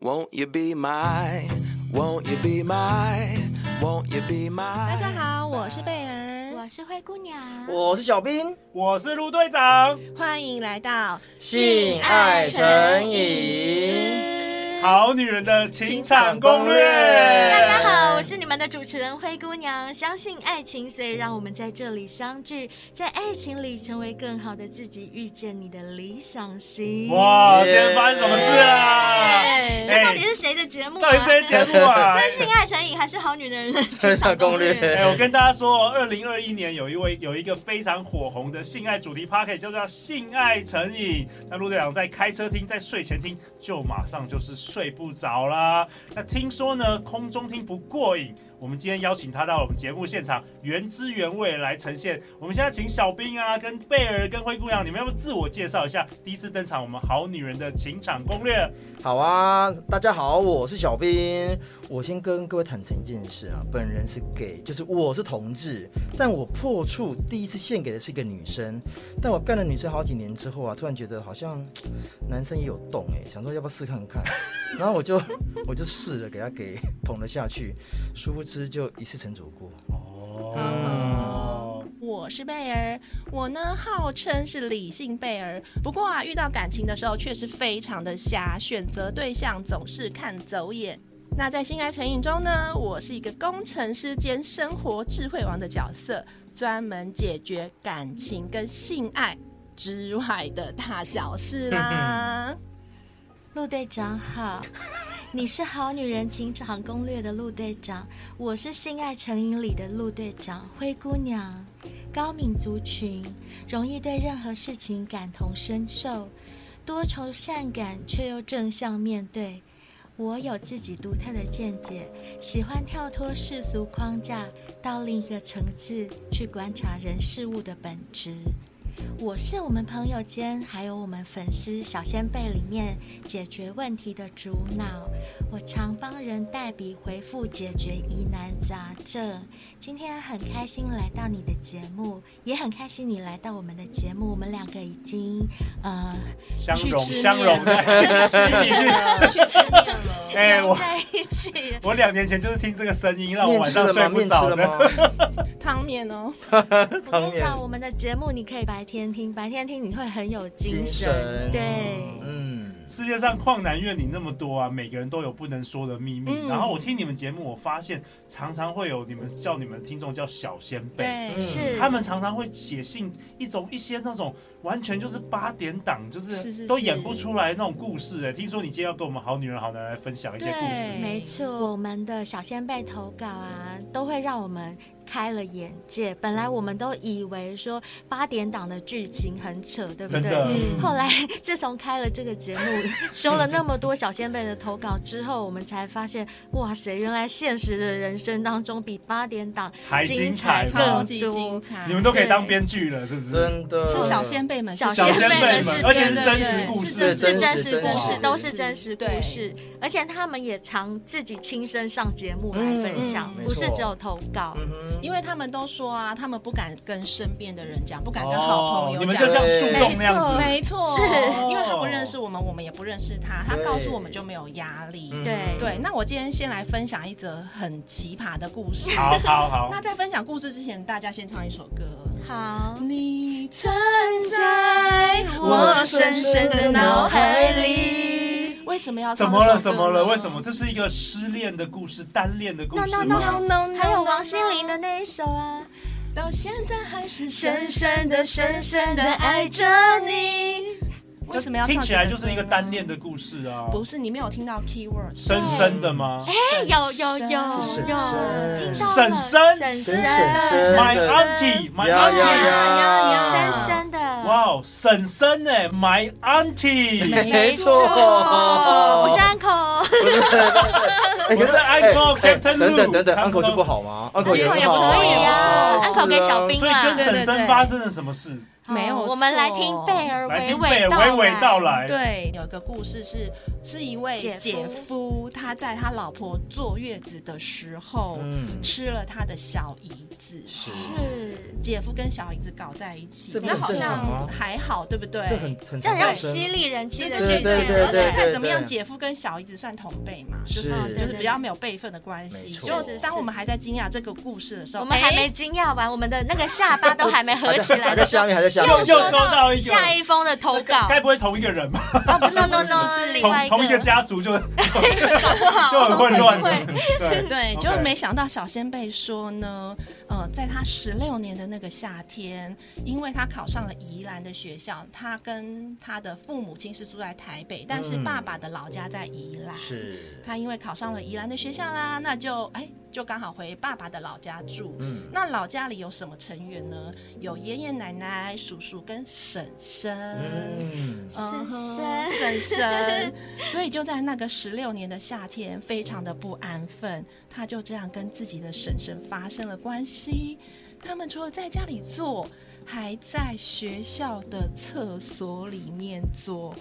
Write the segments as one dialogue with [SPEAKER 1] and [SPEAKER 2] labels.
[SPEAKER 1] Won't you be my? Won't you be my? Won't you be my?
[SPEAKER 2] 大家好，我是贝儿，
[SPEAKER 3] 我是灰姑娘，
[SPEAKER 4] 我是小兵，
[SPEAKER 5] 我是陆队长。
[SPEAKER 2] 欢迎来到
[SPEAKER 4] 性爱成瘾
[SPEAKER 2] 之
[SPEAKER 5] 好女人的情场攻略，
[SPEAKER 3] 大家好，我是你们的主持人灰姑娘。相信爱情，所以让我们在这里相聚，在爱情里成为更好的自己，遇见你的理想型。
[SPEAKER 5] 哇，
[SPEAKER 4] 耶
[SPEAKER 5] 今天发生什么事啊？
[SPEAKER 3] 哎这到底是谁的节目、啊？
[SPEAKER 5] 到底谁的节目 啊？
[SPEAKER 3] 这是性爱成瘾还是好女人 的情场攻
[SPEAKER 4] 情场攻
[SPEAKER 5] 哎、
[SPEAKER 3] 略
[SPEAKER 4] 略？
[SPEAKER 5] 我跟大家说，二零二一年有一位有一个非常火红的性爱主题 p a r k e t 就叫《性爱成瘾》。那陆队长在开车听，在睡前听，就马上就是睡不着啦。那听说呢，空中听不过瘾。我们今天邀请他到我们节目现场，原汁原味来呈现。我们现在请小兵啊，跟贝儿、跟灰姑娘，你们要不要自我介绍一下？第一次登场，我们好女人的情场攻略。
[SPEAKER 4] 好啊，大家好，我是小兵。我先跟各位坦诚一件事啊，本人是 gay，就是我是同志，但我破处第一次献给的是一个女生，但我干了女生好几年之后啊，突然觉得好像男生也有动哎、想说要不要试看看， 然后我就我就试了，给他给捅了下去，殊不知就一次成主顾。
[SPEAKER 2] 哦我是贝儿，我呢号称是理性贝儿，不过啊，遇到感情的时候确实非常的瞎，选择对象总是看走眼。那在性爱成瘾中呢，我是一个工程师兼生活智慧王的角色，专门解决感情跟性爱之外的大小事啦。
[SPEAKER 3] 陆队长好，你是好女人情场攻略的陆队长，我是性爱成瘾里的陆队长灰姑娘，高敏族群，容易对任何事情感同身受，多愁善感却又正向面对。我有自己独特的见解，喜欢跳脱世俗框架，到另一个层次去观察人事物的本质。我是我们朋友间，还有我们粉丝小先辈里面解决问题的主脑。我常帮人代笔回复解决疑难杂症。今天很开心来到你的节目，也很开心你来到我们的节目。我们两个已经呃，
[SPEAKER 5] 相
[SPEAKER 2] 去
[SPEAKER 5] 融
[SPEAKER 2] 吃
[SPEAKER 5] 相
[SPEAKER 2] 面
[SPEAKER 5] 融，一 起去。
[SPEAKER 2] 去吃面了。
[SPEAKER 5] 哎、
[SPEAKER 3] 融
[SPEAKER 5] 我
[SPEAKER 3] 在一 起。
[SPEAKER 5] 我两年前就是听这个声音，让我
[SPEAKER 4] 面
[SPEAKER 5] 晚
[SPEAKER 4] 吃
[SPEAKER 5] 上
[SPEAKER 4] 了
[SPEAKER 5] 睡
[SPEAKER 4] 吗？
[SPEAKER 5] 不
[SPEAKER 4] 面吃
[SPEAKER 5] 着
[SPEAKER 4] 了
[SPEAKER 5] 的。
[SPEAKER 4] 吗？
[SPEAKER 2] 汤面哦，
[SPEAKER 3] 我跟
[SPEAKER 4] 汤
[SPEAKER 3] 你
[SPEAKER 4] 圆
[SPEAKER 3] 讲，我们的节目你可以白天听，白天听你会很有精
[SPEAKER 4] 精
[SPEAKER 3] 神。
[SPEAKER 4] 神
[SPEAKER 3] 对，
[SPEAKER 4] 嗯，
[SPEAKER 5] 世界上旷男怨女那么多啊，每个人都有不能说的秘密。
[SPEAKER 2] 嗯
[SPEAKER 5] 然后我听你们节目，我发现常常会有你们叫你们听众叫小先辈，
[SPEAKER 2] 对，
[SPEAKER 4] 嗯
[SPEAKER 3] 是
[SPEAKER 5] 他们常常会写信一种一些那种完全就是八点档，就是
[SPEAKER 2] 是
[SPEAKER 5] 是
[SPEAKER 2] 是
[SPEAKER 5] 都演不出来那种故事、哎，听说你今天要跟我们好女人好男人来分享一些故
[SPEAKER 2] 对，
[SPEAKER 5] 事
[SPEAKER 3] 没错，我们的小先辈投稿啊，都会让我们开了眼界。本来我们都以为说八点档的剧情很扯，对不
[SPEAKER 5] 真
[SPEAKER 3] 对？
[SPEAKER 5] 的。
[SPEAKER 2] 嗯
[SPEAKER 3] 后来，自从开了这个节目， 收了那么多小先辈的投稿之后，我们才发现，哇塞，原来现实的人生当中比八点档
[SPEAKER 5] 还精彩
[SPEAKER 3] 精
[SPEAKER 5] 吗
[SPEAKER 2] 超
[SPEAKER 3] 更
[SPEAKER 2] 级精
[SPEAKER 3] 多。
[SPEAKER 2] 彩，
[SPEAKER 5] 你们都可以
[SPEAKER 3] 对
[SPEAKER 5] 当编剧了，是不是？
[SPEAKER 4] 嗯真的
[SPEAKER 2] 是小先辈们，
[SPEAKER 3] 小
[SPEAKER 5] 小
[SPEAKER 3] 先
[SPEAKER 5] 先
[SPEAKER 3] 辈
[SPEAKER 5] 辈
[SPEAKER 3] 们
[SPEAKER 5] 们，
[SPEAKER 3] 是
[SPEAKER 5] 而且
[SPEAKER 3] 真
[SPEAKER 5] 是
[SPEAKER 3] 的
[SPEAKER 5] 真
[SPEAKER 3] 对
[SPEAKER 5] 实故
[SPEAKER 2] 是
[SPEAKER 5] 事
[SPEAKER 4] 真，
[SPEAKER 3] 是真
[SPEAKER 4] 实
[SPEAKER 3] 实真
[SPEAKER 5] 真
[SPEAKER 3] 实
[SPEAKER 5] 实，
[SPEAKER 3] 都是真实故
[SPEAKER 2] 对
[SPEAKER 3] 事，而且他们也常自己亲身上节目来分享，
[SPEAKER 4] 嗯嗯
[SPEAKER 3] 不是
[SPEAKER 4] 没错
[SPEAKER 3] 只有投稿。
[SPEAKER 4] 嗯哼
[SPEAKER 2] 因为他们都说啊，他们不敢跟身边的人讲，不敢跟好朋友
[SPEAKER 5] 哦
[SPEAKER 2] 讲。
[SPEAKER 5] 你们就像树洞那
[SPEAKER 3] 没
[SPEAKER 5] 样子，
[SPEAKER 2] 没错，
[SPEAKER 3] 是
[SPEAKER 2] 因为他不认识我们，我们也不认识他，他告诉我们就没有压力。
[SPEAKER 4] 嗯
[SPEAKER 3] 对
[SPEAKER 2] 对，那我今天先来分享一则很奇葩的故事。
[SPEAKER 5] 好好好
[SPEAKER 2] 那，在分享故事之前，大家先唱一首歌。
[SPEAKER 3] 好，
[SPEAKER 2] 你存
[SPEAKER 3] 在
[SPEAKER 2] 我深深的脑海里。为什么要
[SPEAKER 5] 怎
[SPEAKER 2] 唱
[SPEAKER 5] 么
[SPEAKER 2] 这首
[SPEAKER 5] 了？
[SPEAKER 2] 歌
[SPEAKER 5] 怎么了？
[SPEAKER 2] 呢
[SPEAKER 5] 为什么？这是一个失恋的故事，单恋的故事
[SPEAKER 3] No, no,
[SPEAKER 2] ？No
[SPEAKER 5] 吗？
[SPEAKER 2] No No，
[SPEAKER 3] 还有王心凌的那一首啊，
[SPEAKER 2] 到现在还是
[SPEAKER 3] 深
[SPEAKER 2] 深
[SPEAKER 3] 深
[SPEAKER 2] 深
[SPEAKER 3] 的、
[SPEAKER 2] 的、
[SPEAKER 3] 深
[SPEAKER 2] 深
[SPEAKER 3] 深
[SPEAKER 2] 深的
[SPEAKER 3] 的爱
[SPEAKER 2] 爱
[SPEAKER 3] 着
[SPEAKER 2] 着
[SPEAKER 3] 你
[SPEAKER 2] 你。为什么要唱
[SPEAKER 5] 听起来
[SPEAKER 2] 这
[SPEAKER 5] 就是一
[SPEAKER 2] 歌
[SPEAKER 5] 个
[SPEAKER 2] 呢
[SPEAKER 5] 单恋的故事啊，
[SPEAKER 2] 不是你没有听到 keyword，
[SPEAKER 5] 深深的吗？
[SPEAKER 3] 哎，有有有
[SPEAKER 4] 是
[SPEAKER 3] 有，
[SPEAKER 4] 婶
[SPEAKER 3] 听到
[SPEAKER 4] 婶
[SPEAKER 5] 婶
[SPEAKER 3] 了，
[SPEAKER 5] 婶
[SPEAKER 3] 婶
[SPEAKER 4] 婶
[SPEAKER 3] 婶
[SPEAKER 4] 婶婶
[SPEAKER 5] My
[SPEAKER 4] 的
[SPEAKER 5] auntie, my
[SPEAKER 4] 呀呀
[SPEAKER 5] auntie，
[SPEAKER 4] 呀
[SPEAKER 3] 深
[SPEAKER 4] 呀！
[SPEAKER 3] 深的，
[SPEAKER 5] 哇哦，婶婶哎，My auntie，
[SPEAKER 4] 没错，
[SPEAKER 3] 我是 uncle，
[SPEAKER 4] 哎
[SPEAKER 5] 我是 Uncle
[SPEAKER 4] 哎哎
[SPEAKER 5] Captain
[SPEAKER 4] 等等等等
[SPEAKER 5] Lou
[SPEAKER 4] ，uncle 就不好吗？uncle
[SPEAKER 3] 也
[SPEAKER 4] 很
[SPEAKER 3] 不
[SPEAKER 4] 好
[SPEAKER 3] 可以啊
[SPEAKER 4] 是
[SPEAKER 3] ，uncle 给小兵
[SPEAKER 5] 所以跟
[SPEAKER 3] 啦。
[SPEAKER 5] 婶
[SPEAKER 2] 对对
[SPEAKER 5] 婶
[SPEAKER 2] 对
[SPEAKER 5] 发生了什么事？
[SPEAKER 3] 好
[SPEAKER 2] 没有
[SPEAKER 3] 我们
[SPEAKER 2] 错
[SPEAKER 3] 来听贝尔
[SPEAKER 5] 来
[SPEAKER 3] 娓
[SPEAKER 5] 听贝
[SPEAKER 3] 娓
[SPEAKER 5] 尔娓娓道
[SPEAKER 3] 来。
[SPEAKER 5] 来。
[SPEAKER 2] 对，有一个故事是，是一位
[SPEAKER 3] 姐夫
[SPEAKER 2] 姐夫，他在他老婆坐月子的时候，
[SPEAKER 4] 嗯，
[SPEAKER 2] 吃了他的小姨子，
[SPEAKER 4] 是
[SPEAKER 3] 是，
[SPEAKER 2] 姐夫跟小姨子搞在一起，
[SPEAKER 4] 这不是
[SPEAKER 2] 好
[SPEAKER 4] 很正常
[SPEAKER 2] 像
[SPEAKER 4] 吗
[SPEAKER 2] 还好，对不对？
[SPEAKER 4] 这很很
[SPEAKER 3] 这很
[SPEAKER 4] 常
[SPEAKER 3] 像
[SPEAKER 4] 发生
[SPEAKER 3] 犀利人妻
[SPEAKER 2] 对
[SPEAKER 3] 的
[SPEAKER 2] 对
[SPEAKER 3] 剧
[SPEAKER 2] 对
[SPEAKER 3] 情，
[SPEAKER 2] 对对，
[SPEAKER 4] 对
[SPEAKER 2] 而且
[SPEAKER 4] 对
[SPEAKER 2] 再怎么样，姐夫跟小姨子算同辈嘛，就是是
[SPEAKER 3] 对
[SPEAKER 2] 就是比较没有辈分的关系。
[SPEAKER 4] 没错
[SPEAKER 2] 就是
[SPEAKER 3] 是
[SPEAKER 2] 当
[SPEAKER 3] 是
[SPEAKER 2] 我们还在惊讶这个故事的时候，
[SPEAKER 3] 我们还
[SPEAKER 2] 哎
[SPEAKER 3] 没惊讶完，我们的那个下巴都还没合起 来
[SPEAKER 4] 还在
[SPEAKER 3] 的时候
[SPEAKER 4] 下，面，还在下
[SPEAKER 5] 又
[SPEAKER 4] 面，
[SPEAKER 5] 又收到一个
[SPEAKER 3] 下一封的投稿，
[SPEAKER 5] 该不会同一个人吧？
[SPEAKER 3] 哦，不是
[SPEAKER 2] No, no,
[SPEAKER 3] no no，
[SPEAKER 2] no，
[SPEAKER 3] 是另外
[SPEAKER 5] 同
[SPEAKER 3] 一个，
[SPEAKER 5] 同一个家族就
[SPEAKER 3] 搞 不好
[SPEAKER 5] 就很混乱了
[SPEAKER 3] 会。
[SPEAKER 5] 对，
[SPEAKER 2] 对，
[SPEAKER 5] OK
[SPEAKER 2] 就没想到小先辈说呢，呃，在他十六年的那个夏天，因为他考上了宜兰的学校，他跟他的父母亲是住在台北，但是
[SPEAKER 4] 嗯
[SPEAKER 2] 爸爸的老家在宜兰。
[SPEAKER 4] 是，
[SPEAKER 2] 他因为考上了宜兰的学校啦，那就哎，就刚好回爸爸的老家住。
[SPEAKER 4] 嗯，
[SPEAKER 2] 那老家里有什么成员呢？有爷爷奶奶、叔叔跟婶婶。
[SPEAKER 4] 嗯，
[SPEAKER 2] 嗯哼
[SPEAKER 3] 婶
[SPEAKER 2] 婶婶，所以就在那个十六年的夏天，非常的不安分，他就这样跟自己的婶婶发生了关系。他们除了在家里做，还在学校的厕所里面做，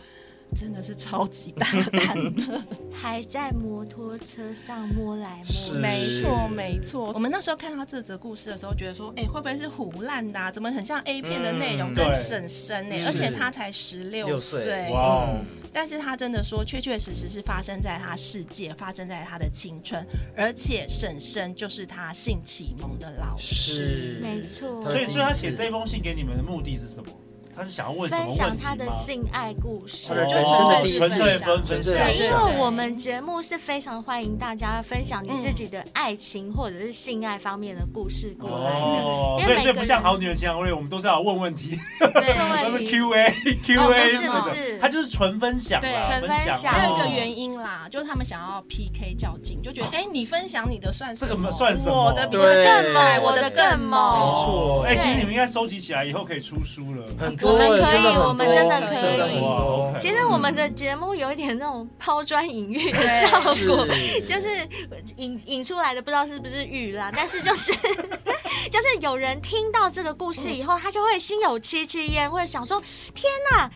[SPEAKER 2] 真的是超级大胆的。
[SPEAKER 3] 还在摩托车上摸来摸
[SPEAKER 4] 是
[SPEAKER 3] 去，
[SPEAKER 2] 没错，没错。我们那时候看到这则故事的时候，觉得说，哎、会不会是胡乱的、啊？怎么很像 A 片的内容
[SPEAKER 4] 嗯
[SPEAKER 2] 跟
[SPEAKER 5] 对
[SPEAKER 2] 婶婶呢？
[SPEAKER 4] 是
[SPEAKER 2] 欸而且他才十六
[SPEAKER 4] 六岁
[SPEAKER 2] 岁，
[SPEAKER 5] 哇哦，
[SPEAKER 2] 但是他真的说，确确实实是发生在他世界，发生在他的青春，而且婶婶就是他性启蒙的老 师。
[SPEAKER 4] 嗯是，
[SPEAKER 3] 没错
[SPEAKER 5] 所以所以他写这
[SPEAKER 4] 一
[SPEAKER 5] 封信给你们的目的是什么？他是想要问什么
[SPEAKER 3] 分
[SPEAKER 5] 问题
[SPEAKER 3] 享？
[SPEAKER 5] 吗
[SPEAKER 3] 他的性爱故事
[SPEAKER 4] 他的。
[SPEAKER 5] 哦
[SPEAKER 4] 人生的历
[SPEAKER 5] 纯粹
[SPEAKER 2] 史
[SPEAKER 5] 分纯粹
[SPEAKER 3] 对，
[SPEAKER 4] 对
[SPEAKER 3] 因
[SPEAKER 5] 分
[SPEAKER 3] 为我们节目是非常欢迎大家分享你
[SPEAKER 2] 嗯
[SPEAKER 3] 自己的爱情或者是性爱方面的故事过来的。
[SPEAKER 5] 哦，
[SPEAKER 3] 因为
[SPEAKER 5] 所以
[SPEAKER 3] 每
[SPEAKER 5] 所以
[SPEAKER 3] 个
[SPEAKER 5] 不像
[SPEAKER 3] 人
[SPEAKER 5] 好女人情感攻略，我们都是要问 问题，都是
[SPEAKER 3] 对，
[SPEAKER 5] Q A Q
[SPEAKER 3] 哦
[SPEAKER 5] A
[SPEAKER 3] 不
[SPEAKER 5] 什
[SPEAKER 3] 是
[SPEAKER 5] 么
[SPEAKER 3] 不
[SPEAKER 5] 的，
[SPEAKER 3] 是
[SPEAKER 5] 他就是纯分享啦，
[SPEAKER 2] 对
[SPEAKER 3] 纯分享
[SPEAKER 2] 还
[SPEAKER 5] 哦
[SPEAKER 2] 有一个原因啦，就是他们想要 PK 较劲，就觉得哎、你分享你的算什么？
[SPEAKER 5] 这个算什么
[SPEAKER 2] 我的比较
[SPEAKER 4] 对
[SPEAKER 2] 正派，
[SPEAKER 4] 对
[SPEAKER 2] 我的更
[SPEAKER 5] 没
[SPEAKER 2] 猛。
[SPEAKER 5] 错，哎，
[SPEAKER 3] 对
[SPEAKER 5] 其实你们应该收集起来，以后可以出书了。
[SPEAKER 4] 很
[SPEAKER 3] 我
[SPEAKER 4] 多，
[SPEAKER 3] 们可以
[SPEAKER 4] 真的很多
[SPEAKER 3] 我们真的可以
[SPEAKER 4] 真的很多
[SPEAKER 5] 哇
[SPEAKER 3] 其实我们
[SPEAKER 5] 嗯
[SPEAKER 3] 的节目有一点那种抛砖引玉的
[SPEAKER 2] 对
[SPEAKER 3] 效果，
[SPEAKER 4] 是
[SPEAKER 3] 就是引引出来的，不知道是不是玉啦，但是就是 就是有人听到这个故事以后，他就会心有戚戚焉，会想说：天哪！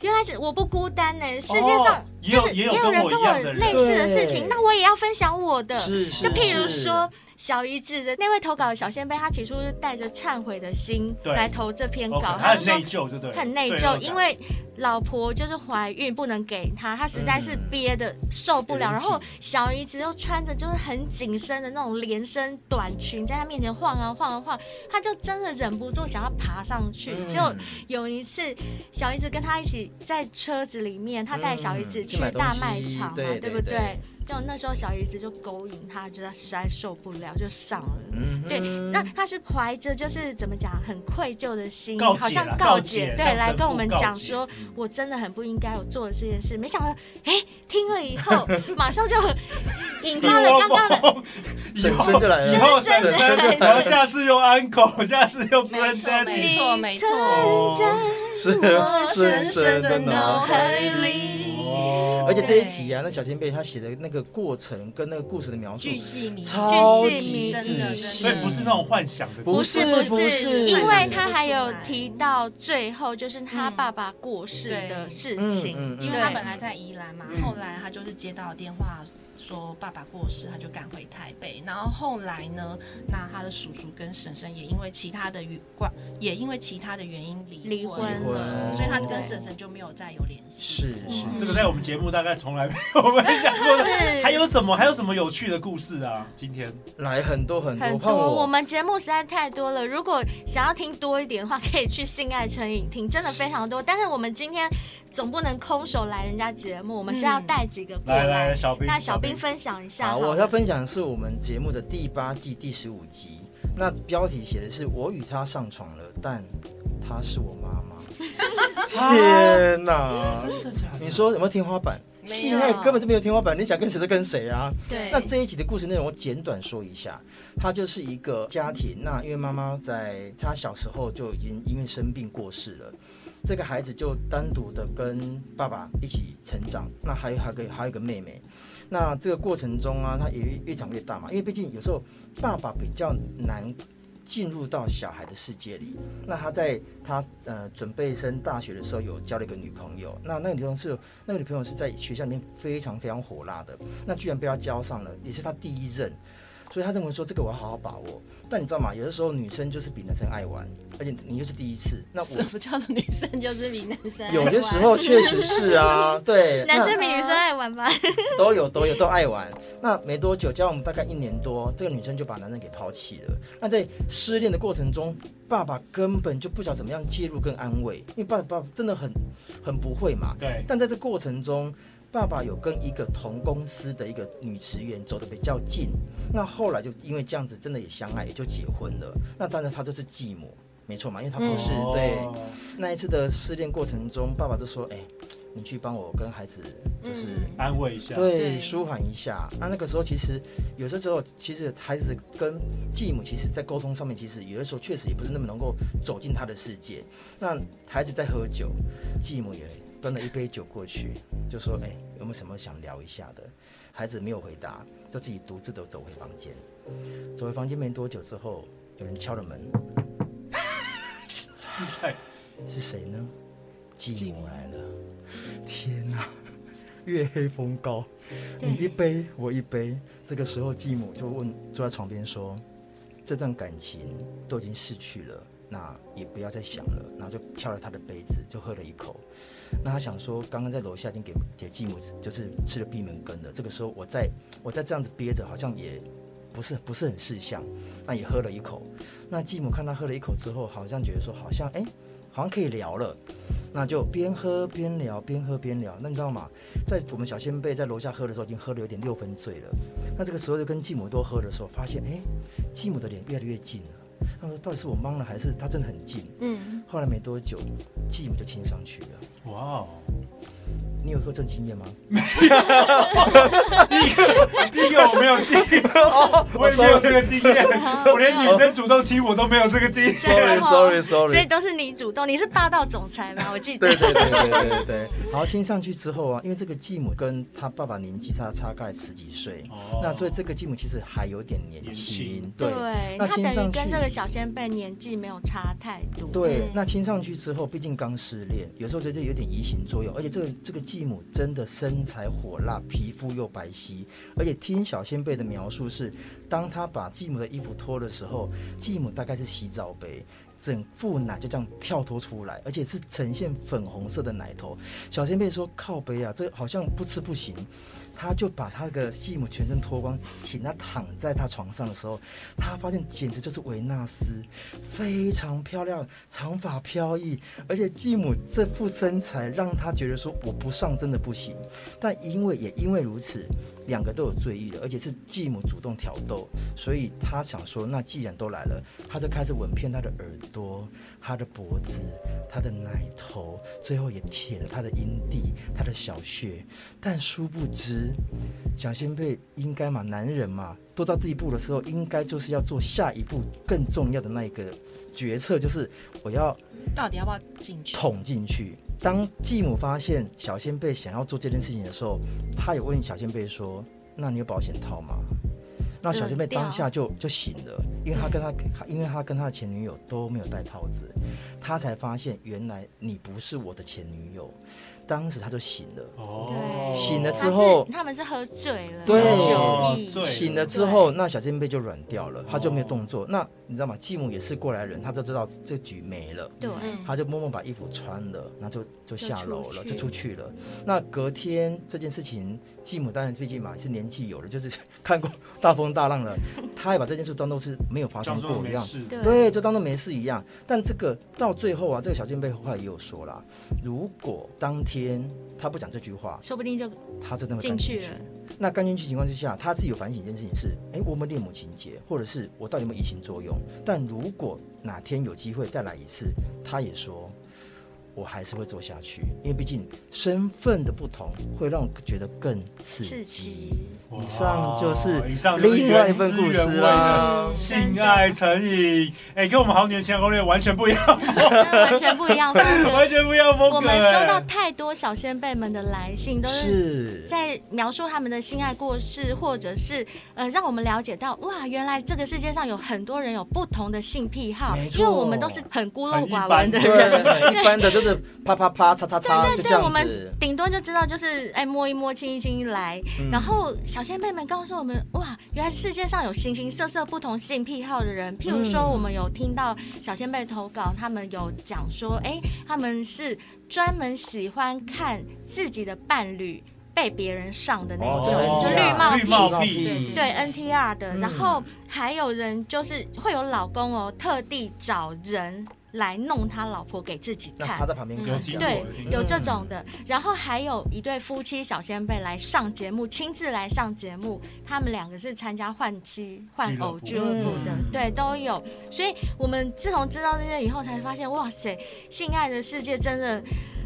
[SPEAKER 3] 原来这我不孤单呢、世界上
[SPEAKER 5] 哦也有
[SPEAKER 3] 就是
[SPEAKER 5] 也有
[SPEAKER 3] 有
[SPEAKER 5] 跟
[SPEAKER 3] 人
[SPEAKER 5] 我
[SPEAKER 3] 跟
[SPEAKER 5] 一样
[SPEAKER 3] 我
[SPEAKER 5] 的人
[SPEAKER 3] 类似的事情
[SPEAKER 4] 对，
[SPEAKER 3] 那我也要分享我的。
[SPEAKER 4] 是是
[SPEAKER 3] 就譬如
[SPEAKER 4] 是
[SPEAKER 3] 说小姨子的那位投稿的小先辈，他起初是带着忏悔的心
[SPEAKER 5] 对
[SPEAKER 3] 来投这篇
[SPEAKER 5] OK，
[SPEAKER 3] 稿，
[SPEAKER 5] 他
[SPEAKER 3] 就说
[SPEAKER 5] 很内疚，对不对？
[SPEAKER 3] 很内
[SPEAKER 5] 罪恶
[SPEAKER 3] 疚，
[SPEAKER 5] 感
[SPEAKER 3] 因为老婆就是怀孕不能给他，他实在是
[SPEAKER 4] 嗯
[SPEAKER 3] 憋的受不了。
[SPEAKER 4] 有点
[SPEAKER 3] 然后
[SPEAKER 4] 紧
[SPEAKER 3] 小姨子又穿着就是很紧身的那种连身短裙，在他面前晃啊晃啊晃，他就真的忍不住想要爬上去。
[SPEAKER 4] 嗯
[SPEAKER 3] 就有一次，小姨子跟他一起在车子里面，他带小姨子
[SPEAKER 4] 嗯
[SPEAKER 3] 去
[SPEAKER 4] 去买东西
[SPEAKER 3] 大卖场嘛，
[SPEAKER 4] 对
[SPEAKER 3] 不
[SPEAKER 4] 对
[SPEAKER 3] 对
[SPEAKER 4] 对？
[SPEAKER 3] 就那时候小姨子就勾引他，觉得他实在受不了，就上了。
[SPEAKER 4] 嗯哼
[SPEAKER 3] 对，那他是怀着就是怎么讲，很愧疚的心，
[SPEAKER 5] 告解
[SPEAKER 3] 好像
[SPEAKER 5] 啦
[SPEAKER 3] 告
[SPEAKER 5] 告解
[SPEAKER 3] 对
[SPEAKER 5] 向
[SPEAKER 3] 来
[SPEAKER 5] 神
[SPEAKER 3] 跟
[SPEAKER 5] 父
[SPEAKER 3] 我们
[SPEAKER 5] 告
[SPEAKER 3] 讲
[SPEAKER 5] 解嗯
[SPEAKER 3] 说，我真的很不应该有做的这件事。没想到，哎、听了以后，马上就引发了刚刚的，
[SPEAKER 5] 以
[SPEAKER 4] 婶
[SPEAKER 5] 后
[SPEAKER 4] 婶就来了
[SPEAKER 5] 以后婶
[SPEAKER 3] 婶婶就来
[SPEAKER 5] 婶，
[SPEAKER 3] 了
[SPEAKER 5] 然后下次用 uncle，下次用
[SPEAKER 2] 没错，
[SPEAKER 5] granddaddy。
[SPEAKER 2] 没错，没错。
[SPEAKER 5] 哦
[SPEAKER 4] 是
[SPEAKER 3] 我
[SPEAKER 4] 深深的
[SPEAKER 3] 脑
[SPEAKER 4] 脑
[SPEAKER 3] 海
[SPEAKER 4] 海
[SPEAKER 3] 里
[SPEAKER 4] 里。
[SPEAKER 5] 哦
[SPEAKER 4] 而且这一集啊，那小前辈他写的那个过程跟那个故事的描述，
[SPEAKER 2] 巨细靡
[SPEAKER 4] 超
[SPEAKER 3] 巨细
[SPEAKER 4] 级
[SPEAKER 3] 靡
[SPEAKER 2] 真的
[SPEAKER 4] 仔细，
[SPEAKER 5] 所以不是那种幻想的，
[SPEAKER 4] 不是
[SPEAKER 3] 不
[SPEAKER 4] 不
[SPEAKER 3] 是，
[SPEAKER 4] 是
[SPEAKER 3] 因为
[SPEAKER 4] 不
[SPEAKER 3] 他
[SPEAKER 2] 是
[SPEAKER 3] 还有提到最后就是他
[SPEAKER 2] 嗯
[SPEAKER 3] 爸爸过世的
[SPEAKER 2] 对
[SPEAKER 3] 事
[SPEAKER 4] 嗯
[SPEAKER 3] 情，
[SPEAKER 4] 嗯嗯
[SPEAKER 2] 因为
[SPEAKER 3] 对
[SPEAKER 2] 他本来在宜兰嘛，
[SPEAKER 5] 嗯
[SPEAKER 2] 后来他就是接到电话说爸爸过世，他就赶回台北。然后后来呢，那他的叔叔跟婶婶也因为其他的原关，也因为其他的原因
[SPEAKER 3] 离
[SPEAKER 2] 离
[SPEAKER 3] 婚
[SPEAKER 2] 婚
[SPEAKER 4] 了
[SPEAKER 2] 了，所以他跟
[SPEAKER 5] 对
[SPEAKER 2] 婶婶就没有再有联系。
[SPEAKER 4] 是是
[SPEAKER 5] 这个在我们节目大概从来没有分享过的。
[SPEAKER 3] 是
[SPEAKER 5] 还有什么？还有什么有趣的故事啊？今天
[SPEAKER 4] 来很多很
[SPEAKER 3] 很多，
[SPEAKER 4] 多，胖
[SPEAKER 3] 我
[SPEAKER 4] 我
[SPEAKER 3] 们节目实在太多了。如果想要听多一点的话，可以去性爱成瘾听，真的非常多。但是我们今天总不能空手来人家节目，我们是要带几个过
[SPEAKER 5] 来
[SPEAKER 3] 来
[SPEAKER 5] 来来，。小兵，
[SPEAKER 3] 那小兵分享一下
[SPEAKER 4] 好，
[SPEAKER 3] 好了，
[SPEAKER 4] 我要分享的是我们节目的第八季第十五集，那标题写的是“我与他上床了，但她是我妈妈”。天哪！
[SPEAKER 5] 真的假的？
[SPEAKER 4] 你说有没有天花板？
[SPEAKER 2] 没有
[SPEAKER 4] 性爱根本就没有天花板，你想跟谁就跟谁啊。
[SPEAKER 3] 对
[SPEAKER 4] 那这一集的故事内容我简短说一下，它就是一个家庭。那因为妈妈在她小时候就已经因为生病过世了，这个孩子就单独的跟爸爸一起成长。那还有还有个还有一个妹妹。那这个过程中啊，她也越越长越大嘛，因为毕竟有时候爸爸比较难进入到小孩的世界里。那他在他呃准备升大学的时候，有交了一个女朋友。那那个女朋友是那个女朋友是在学校里面非常非常火辣的，那居然被他交上了，也是他第一任。所以他认为说这个我要好好把握，但你知道吗？有的时候女生就是比男生爱玩，而且你又是第一次，那
[SPEAKER 2] 什
[SPEAKER 4] 我
[SPEAKER 2] 么叫做女生就是比男生爱
[SPEAKER 4] 有些
[SPEAKER 2] 玩
[SPEAKER 4] 时候确实是啊， 对，
[SPEAKER 3] 男
[SPEAKER 4] 那
[SPEAKER 3] 生比女生爱玩吧？
[SPEAKER 4] 都有都有都爱玩。那没多久，交往大概一年多，这个女生就把男人给抛弃了。那在失恋的过程中，爸爸根本就不晓得怎么样介入跟安慰，因为爸爸真的很很不会嘛。
[SPEAKER 5] 对，
[SPEAKER 4] 但在这过程中，爸爸有跟一个同公司的一个女职员走得比较近，那后来就因为这样子，真的也相爱，也就结婚了。那当然，他就是寂寞，没错嘛，因为他不是、
[SPEAKER 5] 哦
[SPEAKER 4] 对那一次的失恋过程中，爸爸就说：“哎、你去帮我跟孩子，就是、
[SPEAKER 2] 嗯
[SPEAKER 5] 安慰一下，
[SPEAKER 4] 对，
[SPEAKER 2] 对
[SPEAKER 4] 舒缓一下。那那个时候其实有些时候，其实孩子跟继母，其实在沟通上面，其实有的时候确实也不是那么能够走进他的世界。那孩子在喝酒，继母也端了一杯酒过去，就说：“哎、有没有什么想聊一下的？”孩子没有回答，就自己独自的走回房间。走回房间没多久之后，有人敲了门，
[SPEAKER 5] 自在
[SPEAKER 4] 是谁呢？继母来了！天哪、月黑风高，你一杯我一杯。这个时候，继母就问坐在床边说：“这段感情都已经逝去了，那也不要再想了。”然后就敲了他的杯子，就喝了一口。那他想说，刚刚在楼下已经给给继母就是吃了闭门羹了。这个时候，我再我再这样子憋着，好像也不是不是很识相。那也喝了一口。那继母看他喝了一口之后，好像觉得说，好像哎、好像可以聊了。那就边喝边聊，边喝边聊。那你知道吗？在我们小先辈在楼下喝的时候，已经喝的有点六分醉了。那这个时候就跟继母多喝的时候，发现哎，继母的脸越来越近了。他说：“到底是我懵了，还是他真的很近
[SPEAKER 2] 嗯，？”
[SPEAKER 4] 后来没多久，继母就亲上去了。
[SPEAKER 5] 哇哦，
[SPEAKER 4] 你有过这种经验吗？
[SPEAKER 5] 第一个我没有经验，我也没有这个经 验，
[SPEAKER 4] 哦
[SPEAKER 5] 我连女生主动亲我都没有这个经验。
[SPEAKER 3] 对
[SPEAKER 4] Sorry，sorry，sorry
[SPEAKER 3] 所以都是你主动，你是霸道总裁嘛？我记得
[SPEAKER 4] 对对对对对对对。好，亲上去之后啊，因为这个继母跟他爸爸年纪差差概十几岁，
[SPEAKER 5] 哦
[SPEAKER 4] 那所以这个继母其实还有点年
[SPEAKER 5] 年
[SPEAKER 4] 轻
[SPEAKER 5] 轻，
[SPEAKER 4] 对。那
[SPEAKER 3] 他
[SPEAKER 4] 亲
[SPEAKER 3] 等于
[SPEAKER 4] 上
[SPEAKER 3] 跟
[SPEAKER 4] 去
[SPEAKER 3] 这个小先辈年纪没有差太多。
[SPEAKER 4] 对
[SPEAKER 2] 嗯，
[SPEAKER 4] 那亲上去之后，毕竟刚失恋，有时候觉得有点移情作用，而且这个这个继母真的身材火辣，皮肤又白皙，而且听小先辈的描述是，当他把继母的衣服脱的时候，继母大概是洗澡杯。整副奶就这样跳脱出来，而且是呈现粉红色的奶头。小先辈说：“靠杯啊，这好像不吃不行。”他就把他的继母全身脱光，请他躺在他床上的时候，他发现简直就是维纳斯，非常漂亮，长发飘逸，而且继母这副身材让他觉得说我不上真的不行。但因为也因为如此，两个都有醉意了，而且是继母主动挑逗，所以他想说，那既然都来了，他就开始吻遍他的耳朵、他的脖子、他的奶头，最后也舔了他的阴蒂、他的小穴。但殊不知，小先辈应该嘛，男人嘛，都到这一步的时候，应该就是要做下一步更重要的那一个决策，就是我要
[SPEAKER 2] 到底要不要进去？
[SPEAKER 4] 捅进去。当继母发现小先贝想要做这件事情的时候，她也问小先贝说：“那你有保险套吗？”那小先贝当下就就醒了，因为她跟她，因为她跟她的前女友都没有戴套子，她才发现原来你不是我的前女友。当时她就醒了，
[SPEAKER 5] 哦，
[SPEAKER 4] 醒了
[SPEAKER 3] 他
[SPEAKER 4] 之
[SPEAKER 3] 是，
[SPEAKER 4] 后
[SPEAKER 3] 他们是喝醉了，
[SPEAKER 4] 对
[SPEAKER 3] 有酒
[SPEAKER 5] 哦
[SPEAKER 3] 意。
[SPEAKER 5] 醉
[SPEAKER 4] 醒了之后，那小先贝就软掉了，她就没有动作。那你知道吗？继母也是过来人，她就知道这局没了。
[SPEAKER 3] 对，
[SPEAKER 2] 嗯，
[SPEAKER 4] 他就默默把衣服穿了，然后就就下楼了，
[SPEAKER 3] 就出去
[SPEAKER 4] 就出去了。那隔天这件事情，继母当然毕竟嘛是年纪有了，就是 看过大风大浪了，他也把这件事当做是没有发
[SPEAKER 5] 假
[SPEAKER 4] 生
[SPEAKER 5] 装
[SPEAKER 4] 过一
[SPEAKER 5] 没
[SPEAKER 4] 样。
[SPEAKER 5] 事。
[SPEAKER 3] 对
[SPEAKER 4] 对，就当做没事一样。但这个到最后啊，这个小俊贝后来也有说啦，如果当天他不讲这句话，
[SPEAKER 3] 说不定就
[SPEAKER 4] 他真的会
[SPEAKER 3] 进
[SPEAKER 4] 干
[SPEAKER 3] 去
[SPEAKER 4] 去
[SPEAKER 3] 了。
[SPEAKER 4] 那干进去情况之下，他自己有反省一件事情是：哎，我有没有恋母情节，或者是我到底有没有移情作用？但如果哪天有机会再来一次，他也说，我还是会做下去，因为毕竟身份的不同会让我觉得更刺激。
[SPEAKER 3] 刺激。
[SPEAKER 5] 哇
[SPEAKER 4] 以上就是
[SPEAKER 5] 以上就是
[SPEAKER 4] 另外一份故
[SPEAKER 5] 原汁
[SPEAKER 4] 事
[SPEAKER 5] 原味的
[SPEAKER 4] 啦。
[SPEAKER 5] 性爱成瘾，哎、跟我们好女人情感攻略完全不 一样，
[SPEAKER 3] 那完全不一样风格。
[SPEAKER 5] 完全不一样风格、
[SPEAKER 3] 我们收到
[SPEAKER 5] 哎
[SPEAKER 3] 太多小先辈们的来信，都是
[SPEAKER 4] 是，
[SPEAKER 3] 在描述他们的性爱故事，或者是呃，让我们了解到，哇，原来这个世界上有很多人有不同的性癖好
[SPEAKER 4] 没，错
[SPEAKER 3] 因为我们都是很孤陋寡闻的
[SPEAKER 5] 很一般
[SPEAKER 3] 人。
[SPEAKER 4] 对，一般的就是啪啪啪、擦擦擦，就这
[SPEAKER 3] 对，我
[SPEAKER 4] 样
[SPEAKER 3] 们
[SPEAKER 4] 子。嗯
[SPEAKER 3] 顶多就知道就是哎摸一摸、亲一亲来，然后小先辈们告诉我们，哇，原来世界上有形形色色不同性癖好的人。譬如说，
[SPEAKER 4] 嗯
[SPEAKER 3] 我们有听到小先辈投稿，他们有讲说，哎，他们是专门喜欢看自己的伴侣被别人上的那
[SPEAKER 4] 哦
[SPEAKER 3] 一
[SPEAKER 4] 这
[SPEAKER 3] 种，
[SPEAKER 4] 个
[SPEAKER 3] 就
[SPEAKER 4] 很
[SPEAKER 3] 绿帽
[SPEAKER 5] 绿帽
[SPEAKER 3] 癖。
[SPEAKER 5] 癖
[SPEAKER 2] 对对
[SPEAKER 3] 对 NTR 的，
[SPEAKER 4] 嗯
[SPEAKER 3] 然后还有人就是会有老公哦，特地找人来弄他老婆给自己
[SPEAKER 4] 那
[SPEAKER 3] 看
[SPEAKER 4] 他。在旁边
[SPEAKER 5] 有
[SPEAKER 4] 看，
[SPEAKER 5] 听
[SPEAKER 4] 这
[SPEAKER 5] 过
[SPEAKER 4] 样
[SPEAKER 3] 对
[SPEAKER 4] 子，
[SPEAKER 5] 听过
[SPEAKER 3] 有这种的。然后还有一对夫妻小先辈来上节目，亲自来上节目，他们两个是参加换妻换偶
[SPEAKER 5] 俱
[SPEAKER 3] 俱
[SPEAKER 5] 乐
[SPEAKER 3] 乐
[SPEAKER 5] 部
[SPEAKER 3] 部的
[SPEAKER 5] 嗯，
[SPEAKER 3] 对，都有。所以我们自从知道这些以后，才发现，哇塞，性爱的世界真的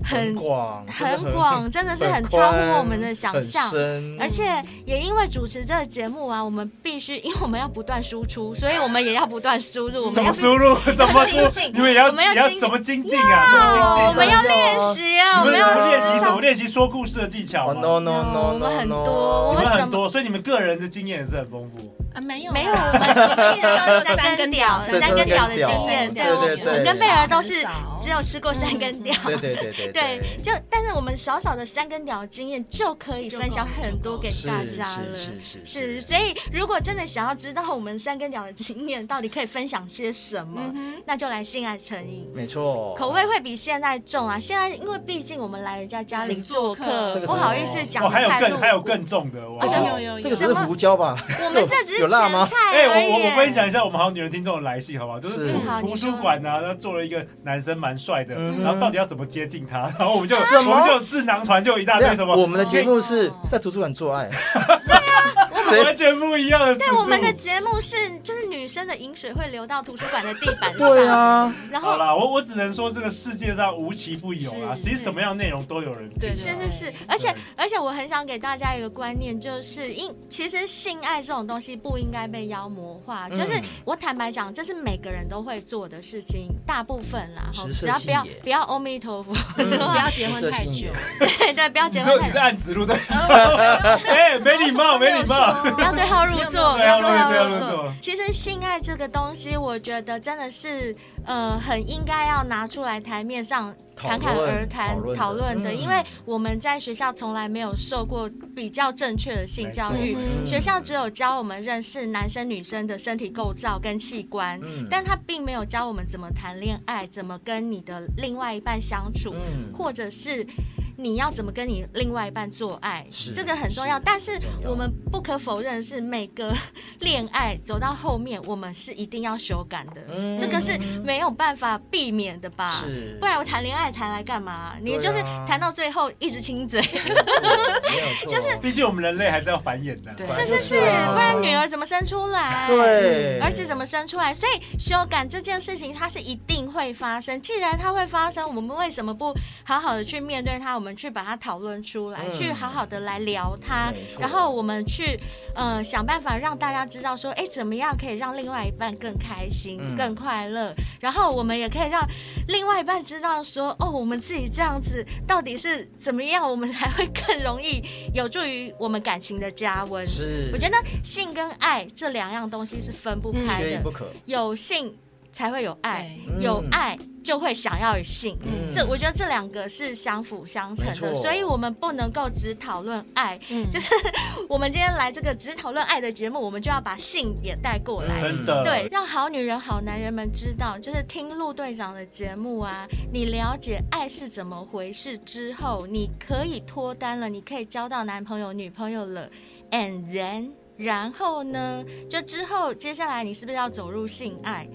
[SPEAKER 3] 很
[SPEAKER 4] 很广，真的
[SPEAKER 3] 很广，真的是很超乎我们的想象
[SPEAKER 4] 很。深
[SPEAKER 3] 而且也因为主持这个节目啊，我们必须，因为我们要不断输出，所以我们也要不断输入。我
[SPEAKER 5] 怎
[SPEAKER 3] 们要
[SPEAKER 5] 么
[SPEAKER 3] 不
[SPEAKER 5] 输入？怎么输入
[SPEAKER 3] 精？进
[SPEAKER 5] 你们也要
[SPEAKER 3] 我们要
[SPEAKER 5] 也要
[SPEAKER 3] 精进
[SPEAKER 5] 怎么精进啊？怎么精
[SPEAKER 3] 哦
[SPEAKER 5] 进？
[SPEAKER 3] 我们要练习啊，
[SPEAKER 5] 你
[SPEAKER 3] 我
[SPEAKER 5] 们
[SPEAKER 3] 们
[SPEAKER 5] 要
[SPEAKER 3] 要
[SPEAKER 5] 练习
[SPEAKER 3] 上
[SPEAKER 5] 什么？练习说故事的技巧
[SPEAKER 4] 哦
[SPEAKER 5] 吗？
[SPEAKER 4] no no no，
[SPEAKER 3] 我们很
[SPEAKER 4] no，no
[SPEAKER 3] 多我
[SPEAKER 5] 你
[SPEAKER 3] 们
[SPEAKER 5] 们
[SPEAKER 3] 什
[SPEAKER 5] 很
[SPEAKER 3] 么
[SPEAKER 5] 多，所以你们个人的经验也是很丰富。
[SPEAKER 2] 啊，没有啊
[SPEAKER 3] 没有，我们我们都是三根 屌，
[SPEAKER 2] 对
[SPEAKER 3] 三根屌的经验，
[SPEAKER 2] 对
[SPEAKER 3] 对，
[SPEAKER 2] 对
[SPEAKER 3] 我
[SPEAKER 4] 对对
[SPEAKER 3] 我跟贝尔都
[SPEAKER 2] 很
[SPEAKER 3] 是
[SPEAKER 2] 少
[SPEAKER 3] 只有吃过三根屌。
[SPEAKER 4] 对对对对
[SPEAKER 3] 对，就但是我们少少的三根屌的经验就可以分享很多给
[SPEAKER 4] 是
[SPEAKER 3] 大
[SPEAKER 4] 是
[SPEAKER 3] 家了。
[SPEAKER 4] 是是
[SPEAKER 3] 是，所以如果真的想要知道我们三根屌的经验到底可以分享些什么，
[SPEAKER 2] 嗯
[SPEAKER 3] 那就来性爱成瘾。
[SPEAKER 4] 没错，
[SPEAKER 3] 口味会比现在重啊！现在因为毕竟我们来人家家里做
[SPEAKER 2] 这
[SPEAKER 3] 客，
[SPEAKER 4] 个是
[SPEAKER 3] 不好意思讲
[SPEAKER 5] 哦，
[SPEAKER 3] 的
[SPEAKER 5] 还有
[SPEAKER 3] 太露
[SPEAKER 5] 更
[SPEAKER 3] 骨
[SPEAKER 5] 还有更重的，哇！
[SPEAKER 2] 哼，
[SPEAKER 4] 个
[SPEAKER 2] 有有有，
[SPEAKER 4] 哦这个只是胡椒吧？
[SPEAKER 3] 我 们这只是
[SPEAKER 4] 有
[SPEAKER 3] 前菜
[SPEAKER 4] 辣吗
[SPEAKER 5] 哎、
[SPEAKER 3] 而已
[SPEAKER 5] 我我我分享一下我们好女人听众的来信好不好？就是
[SPEAKER 4] 是
[SPEAKER 5] 图
[SPEAKER 4] 嗯
[SPEAKER 3] 好
[SPEAKER 5] 图
[SPEAKER 3] 你说
[SPEAKER 5] 书馆呢、啊，他做了一个男生蛮帅的，
[SPEAKER 4] 嗯哼
[SPEAKER 5] 然后到底要怎么接近他？ 然后我们就
[SPEAKER 4] 什
[SPEAKER 5] 我
[SPEAKER 4] 么
[SPEAKER 5] 们就有智囊团就有一大
[SPEAKER 4] 这
[SPEAKER 5] 堆
[SPEAKER 4] 样
[SPEAKER 5] 什么，
[SPEAKER 4] 我们的 节目是
[SPEAKER 3] 哦
[SPEAKER 4] 在图书馆做爱，谁
[SPEAKER 3] 啊
[SPEAKER 5] 完全不一样的尺度。
[SPEAKER 3] 对，我们的节目是就是女生的饮水会流到图书馆的地板上，
[SPEAKER 4] 对啊，
[SPEAKER 3] 然
[SPEAKER 5] 好
[SPEAKER 3] 后。
[SPEAKER 5] 啦，我我只能说这个世界上无奇不有啦，
[SPEAKER 2] 是
[SPEAKER 5] 其实什么样的内容都有人听。
[SPEAKER 2] 对
[SPEAKER 3] 是是是，而且
[SPEAKER 5] 对
[SPEAKER 3] 而且我很想给大家一个观念，就是因其实性爱这种东西不应该被妖魔化，
[SPEAKER 4] 嗯
[SPEAKER 3] 就是我坦白讲，这是每个人都会做的事情，大部分啦，吼
[SPEAKER 4] 食
[SPEAKER 3] 只
[SPEAKER 4] 色
[SPEAKER 3] 要不要
[SPEAKER 4] 性也
[SPEAKER 3] 不要阿弥陀佛，
[SPEAKER 2] 不要结婚太久，
[SPEAKER 3] 对对，不要
[SPEAKER 5] 你
[SPEAKER 3] 结
[SPEAKER 5] 说
[SPEAKER 3] 婚
[SPEAKER 5] 你
[SPEAKER 3] 太
[SPEAKER 5] 是
[SPEAKER 3] 久，
[SPEAKER 5] 按指路对，哎，没礼貌，没礼 貌。
[SPEAKER 3] 不要对号入座，不
[SPEAKER 5] 对啊
[SPEAKER 3] 要
[SPEAKER 5] 对啊
[SPEAKER 3] 对
[SPEAKER 5] 对啊
[SPEAKER 3] 号入
[SPEAKER 5] 对啊对
[SPEAKER 3] 座
[SPEAKER 5] 啊。
[SPEAKER 3] 其实性爱这个东西，我觉得真的是呃，很应该要拿出来台面上侃侃而谈
[SPEAKER 4] 讨论
[SPEAKER 3] 讨论的，
[SPEAKER 4] 嗯
[SPEAKER 3] 因为我们在学校从来没有受过比较正确的性教育
[SPEAKER 2] 没，
[SPEAKER 4] 嗯
[SPEAKER 3] 学校只有教我们认识男生女生的身体构造跟器官。
[SPEAKER 4] 嗯
[SPEAKER 3] 但他并没有教我们怎么谈恋爱，怎么跟你的另外一半相处，
[SPEAKER 4] 嗯
[SPEAKER 3] 或者是你要怎么跟你另外一半做爱，
[SPEAKER 4] 是
[SPEAKER 3] 这个很重要。
[SPEAKER 4] 是
[SPEAKER 3] 但是
[SPEAKER 4] 重要
[SPEAKER 3] 我们不可否认的是，每 个恋爱走到后面，我们是一定要修改的，
[SPEAKER 4] 嗯
[SPEAKER 3] 这个是没有办法避免的吧？
[SPEAKER 4] 是
[SPEAKER 3] 不然我谈恋爱谈来干嘛？你
[SPEAKER 4] 对啊
[SPEAKER 3] 就是谈到最后一直亲嘴，
[SPEAKER 4] 就是
[SPEAKER 5] 毕竟我们人类还是要繁衍的，
[SPEAKER 2] 对
[SPEAKER 5] 不然
[SPEAKER 3] 是
[SPEAKER 5] 就是
[SPEAKER 3] 是，
[SPEAKER 4] 啊
[SPEAKER 3] 不然女儿怎么生出来？
[SPEAKER 4] 对
[SPEAKER 3] 儿子怎么生出来？所以修改这件事情，它是一定会发生。既然它会发生，我们为什么不好好的去面对它？我们去把它讨论出来，
[SPEAKER 4] 嗯
[SPEAKER 3] 去好好的来聊它
[SPEAKER 4] 没，错
[SPEAKER 3] 然后我们去呃想办法让大家知道说，哎，怎么样可以让另外一半更开心、
[SPEAKER 4] 嗯
[SPEAKER 3] 更快乐？然后我们也可以让另外一半知道说，哦，我们自己这样子到底是怎么样，我们才会更容易有助于我们感情的加温。
[SPEAKER 4] 是，
[SPEAKER 3] 我觉得性跟爱这两样东西是分不开
[SPEAKER 4] 缺一
[SPEAKER 3] 的，
[SPEAKER 4] 不可，
[SPEAKER 3] 有性才会有爱，
[SPEAKER 2] 对
[SPEAKER 4] 嗯
[SPEAKER 3] 有爱就会想要有性。
[SPEAKER 4] 嗯
[SPEAKER 3] 这我觉得这两个是相辅相成
[SPEAKER 4] 没
[SPEAKER 3] 的，
[SPEAKER 4] 错
[SPEAKER 3] 所以我们不能够只讨论爱。
[SPEAKER 2] 嗯，
[SPEAKER 3] 就是我们今天来这个只讨论爱的节目，我们就要把性也带过来。
[SPEAKER 5] 真的
[SPEAKER 3] 对，，让好女人、好男人们知道，就是听陆队长的节目啊，你了解爱是怎么回事之后，你可以脱单了，你可以交到男朋友、女朋友了，and then，然后呢，就之后接下来你是不是要走入性爱？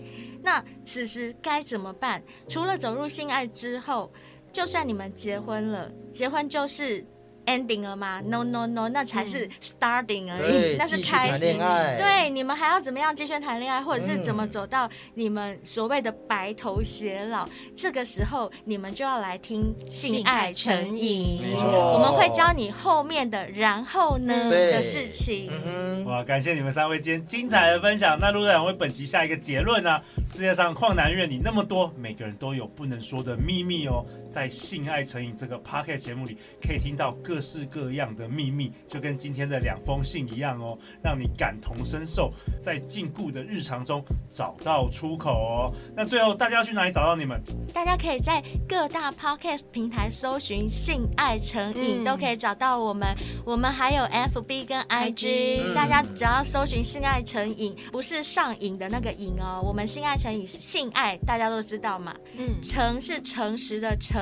[SPEAKER 3] 那此时该怎么办？除了走入性爱之后，就算你们结婚了，结婚就是。 ending 了吗？No No No，那才是 starting 而已，
[SPEAKER 4] 嗯对，
[SPEAKER 3] 那是
[SPEAKER 4] 继续
[SPEAKER 3] 开
[SPEAKER 4] 谈
[SPEAKER 3] 始
[SPEAKER 4] 恋。爱，
[SPEAKER 3] 对，你们还要怎么样继续谈恋爱，或者是怎么
[SPEAKER 4] 嗯
[SPEAKER 3] 走到你们所谓的白头偕老？这个时候，你们就要来听性爱成瘾，
[SPEAKER 4] 没错
[SPEAKER 3] 我们会教你后面的然后呢
[SPEAKER 4] 对
[SPEAKER 3] 的事情。
[SPEAKER 4] 嗯哼，
[SPEAKER 5] 哇，感谢你们三位今天精彩的分享。那陆队长为本集下一个结论呢、世界上旷男怨女那么多，每个人都有不能说的秘密哦。在《性爱成瘾》这个 p o c k e t 节目里，可以听到各式各样的秘密，就跟今天的两封信一样哦，让你感同身受，在禁锢的日常中找到出口哦。那最后大家要去哪里找到你们？
[SPEAKER 3] 大家可以在各大 podcast 平台搜寻“性爱成瘾”，
[SPEAKER 2] 嗯
[SPEAKER 3] 都可以找到我们。我们还有 FB 跟 IG，、
[SPEAKER 4] 嗯
[SPEAKER 3] 大家只要搜寻“性爱成瘾”，不是上瘾的那个瘾哦。我们“性爱成瘾”是性爱，大家都知道嘛。
[SPEAKER 2] 嗯，
[SPEAKER 3] 诚是诚实的诚，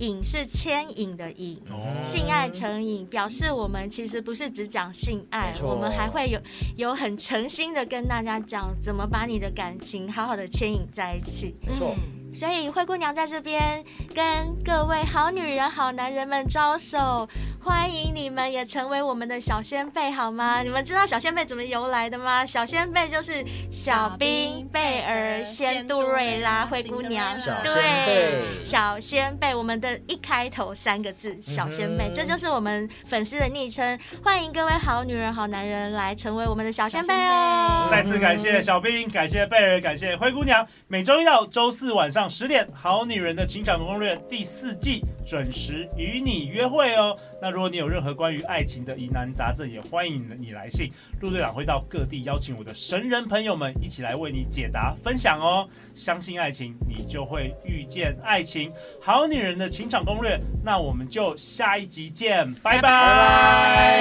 [SPEAKER 3] 瘾是牵引的引。
[SPEAKER 5] 哦
[SPEAKER 3] 性爱成瘾表示我们其实不是只讲性爱
[SPEAKER 4] 没，错
[SPEAKER 3] 我们还会有有很诚心的跟大家讲怎么把你的感情好好的牵引在一起。
[SPEAKER 4] 没错，
[SPEAKER 3] 所以灰姑娘在这边跟各位好女人、好男人们招手，欢迎你们也成为我们的小先贝，好吗？你们知道小先贝怎么由来的吗？小先贝就是小兵贝尔仙杜瑞拉灰姑娘，
[SPEAKER 2] 仙杜瑞
[SPEAKER 4] 小
[SPEAKER 2] 拉
[SPEAKER 4] 仙
[SPEAKER 3] 对
[SPEAKER 4] 贝，
[SPEAKER 3] 小仙贝，我们的一开头三个字“小仙贝”，
[SPEAKER 4] 嗯
[SPEAKER 3] 这就是我们粉丝的昵称。欢迎各位好女人、好男人来成为我们的小仙贝哦！
[SPEAKER 5] 再次感谢小兵，感谢贝尔，感谢灰姑娘。每周一到周四晚上十点，《好女人的情场攻略》第四季准时与你约会哦。那如果你有任何关于爱情的疑难杂症，也欢迎你来信。陆队长会到各地邀请我的神人朋友们一起来为你解答分享哦。相信爱情，你就会遇见爱情。《好女人的情场攻略》，那我们就下一集见，拜拜。
[SPEAKER 4] 拜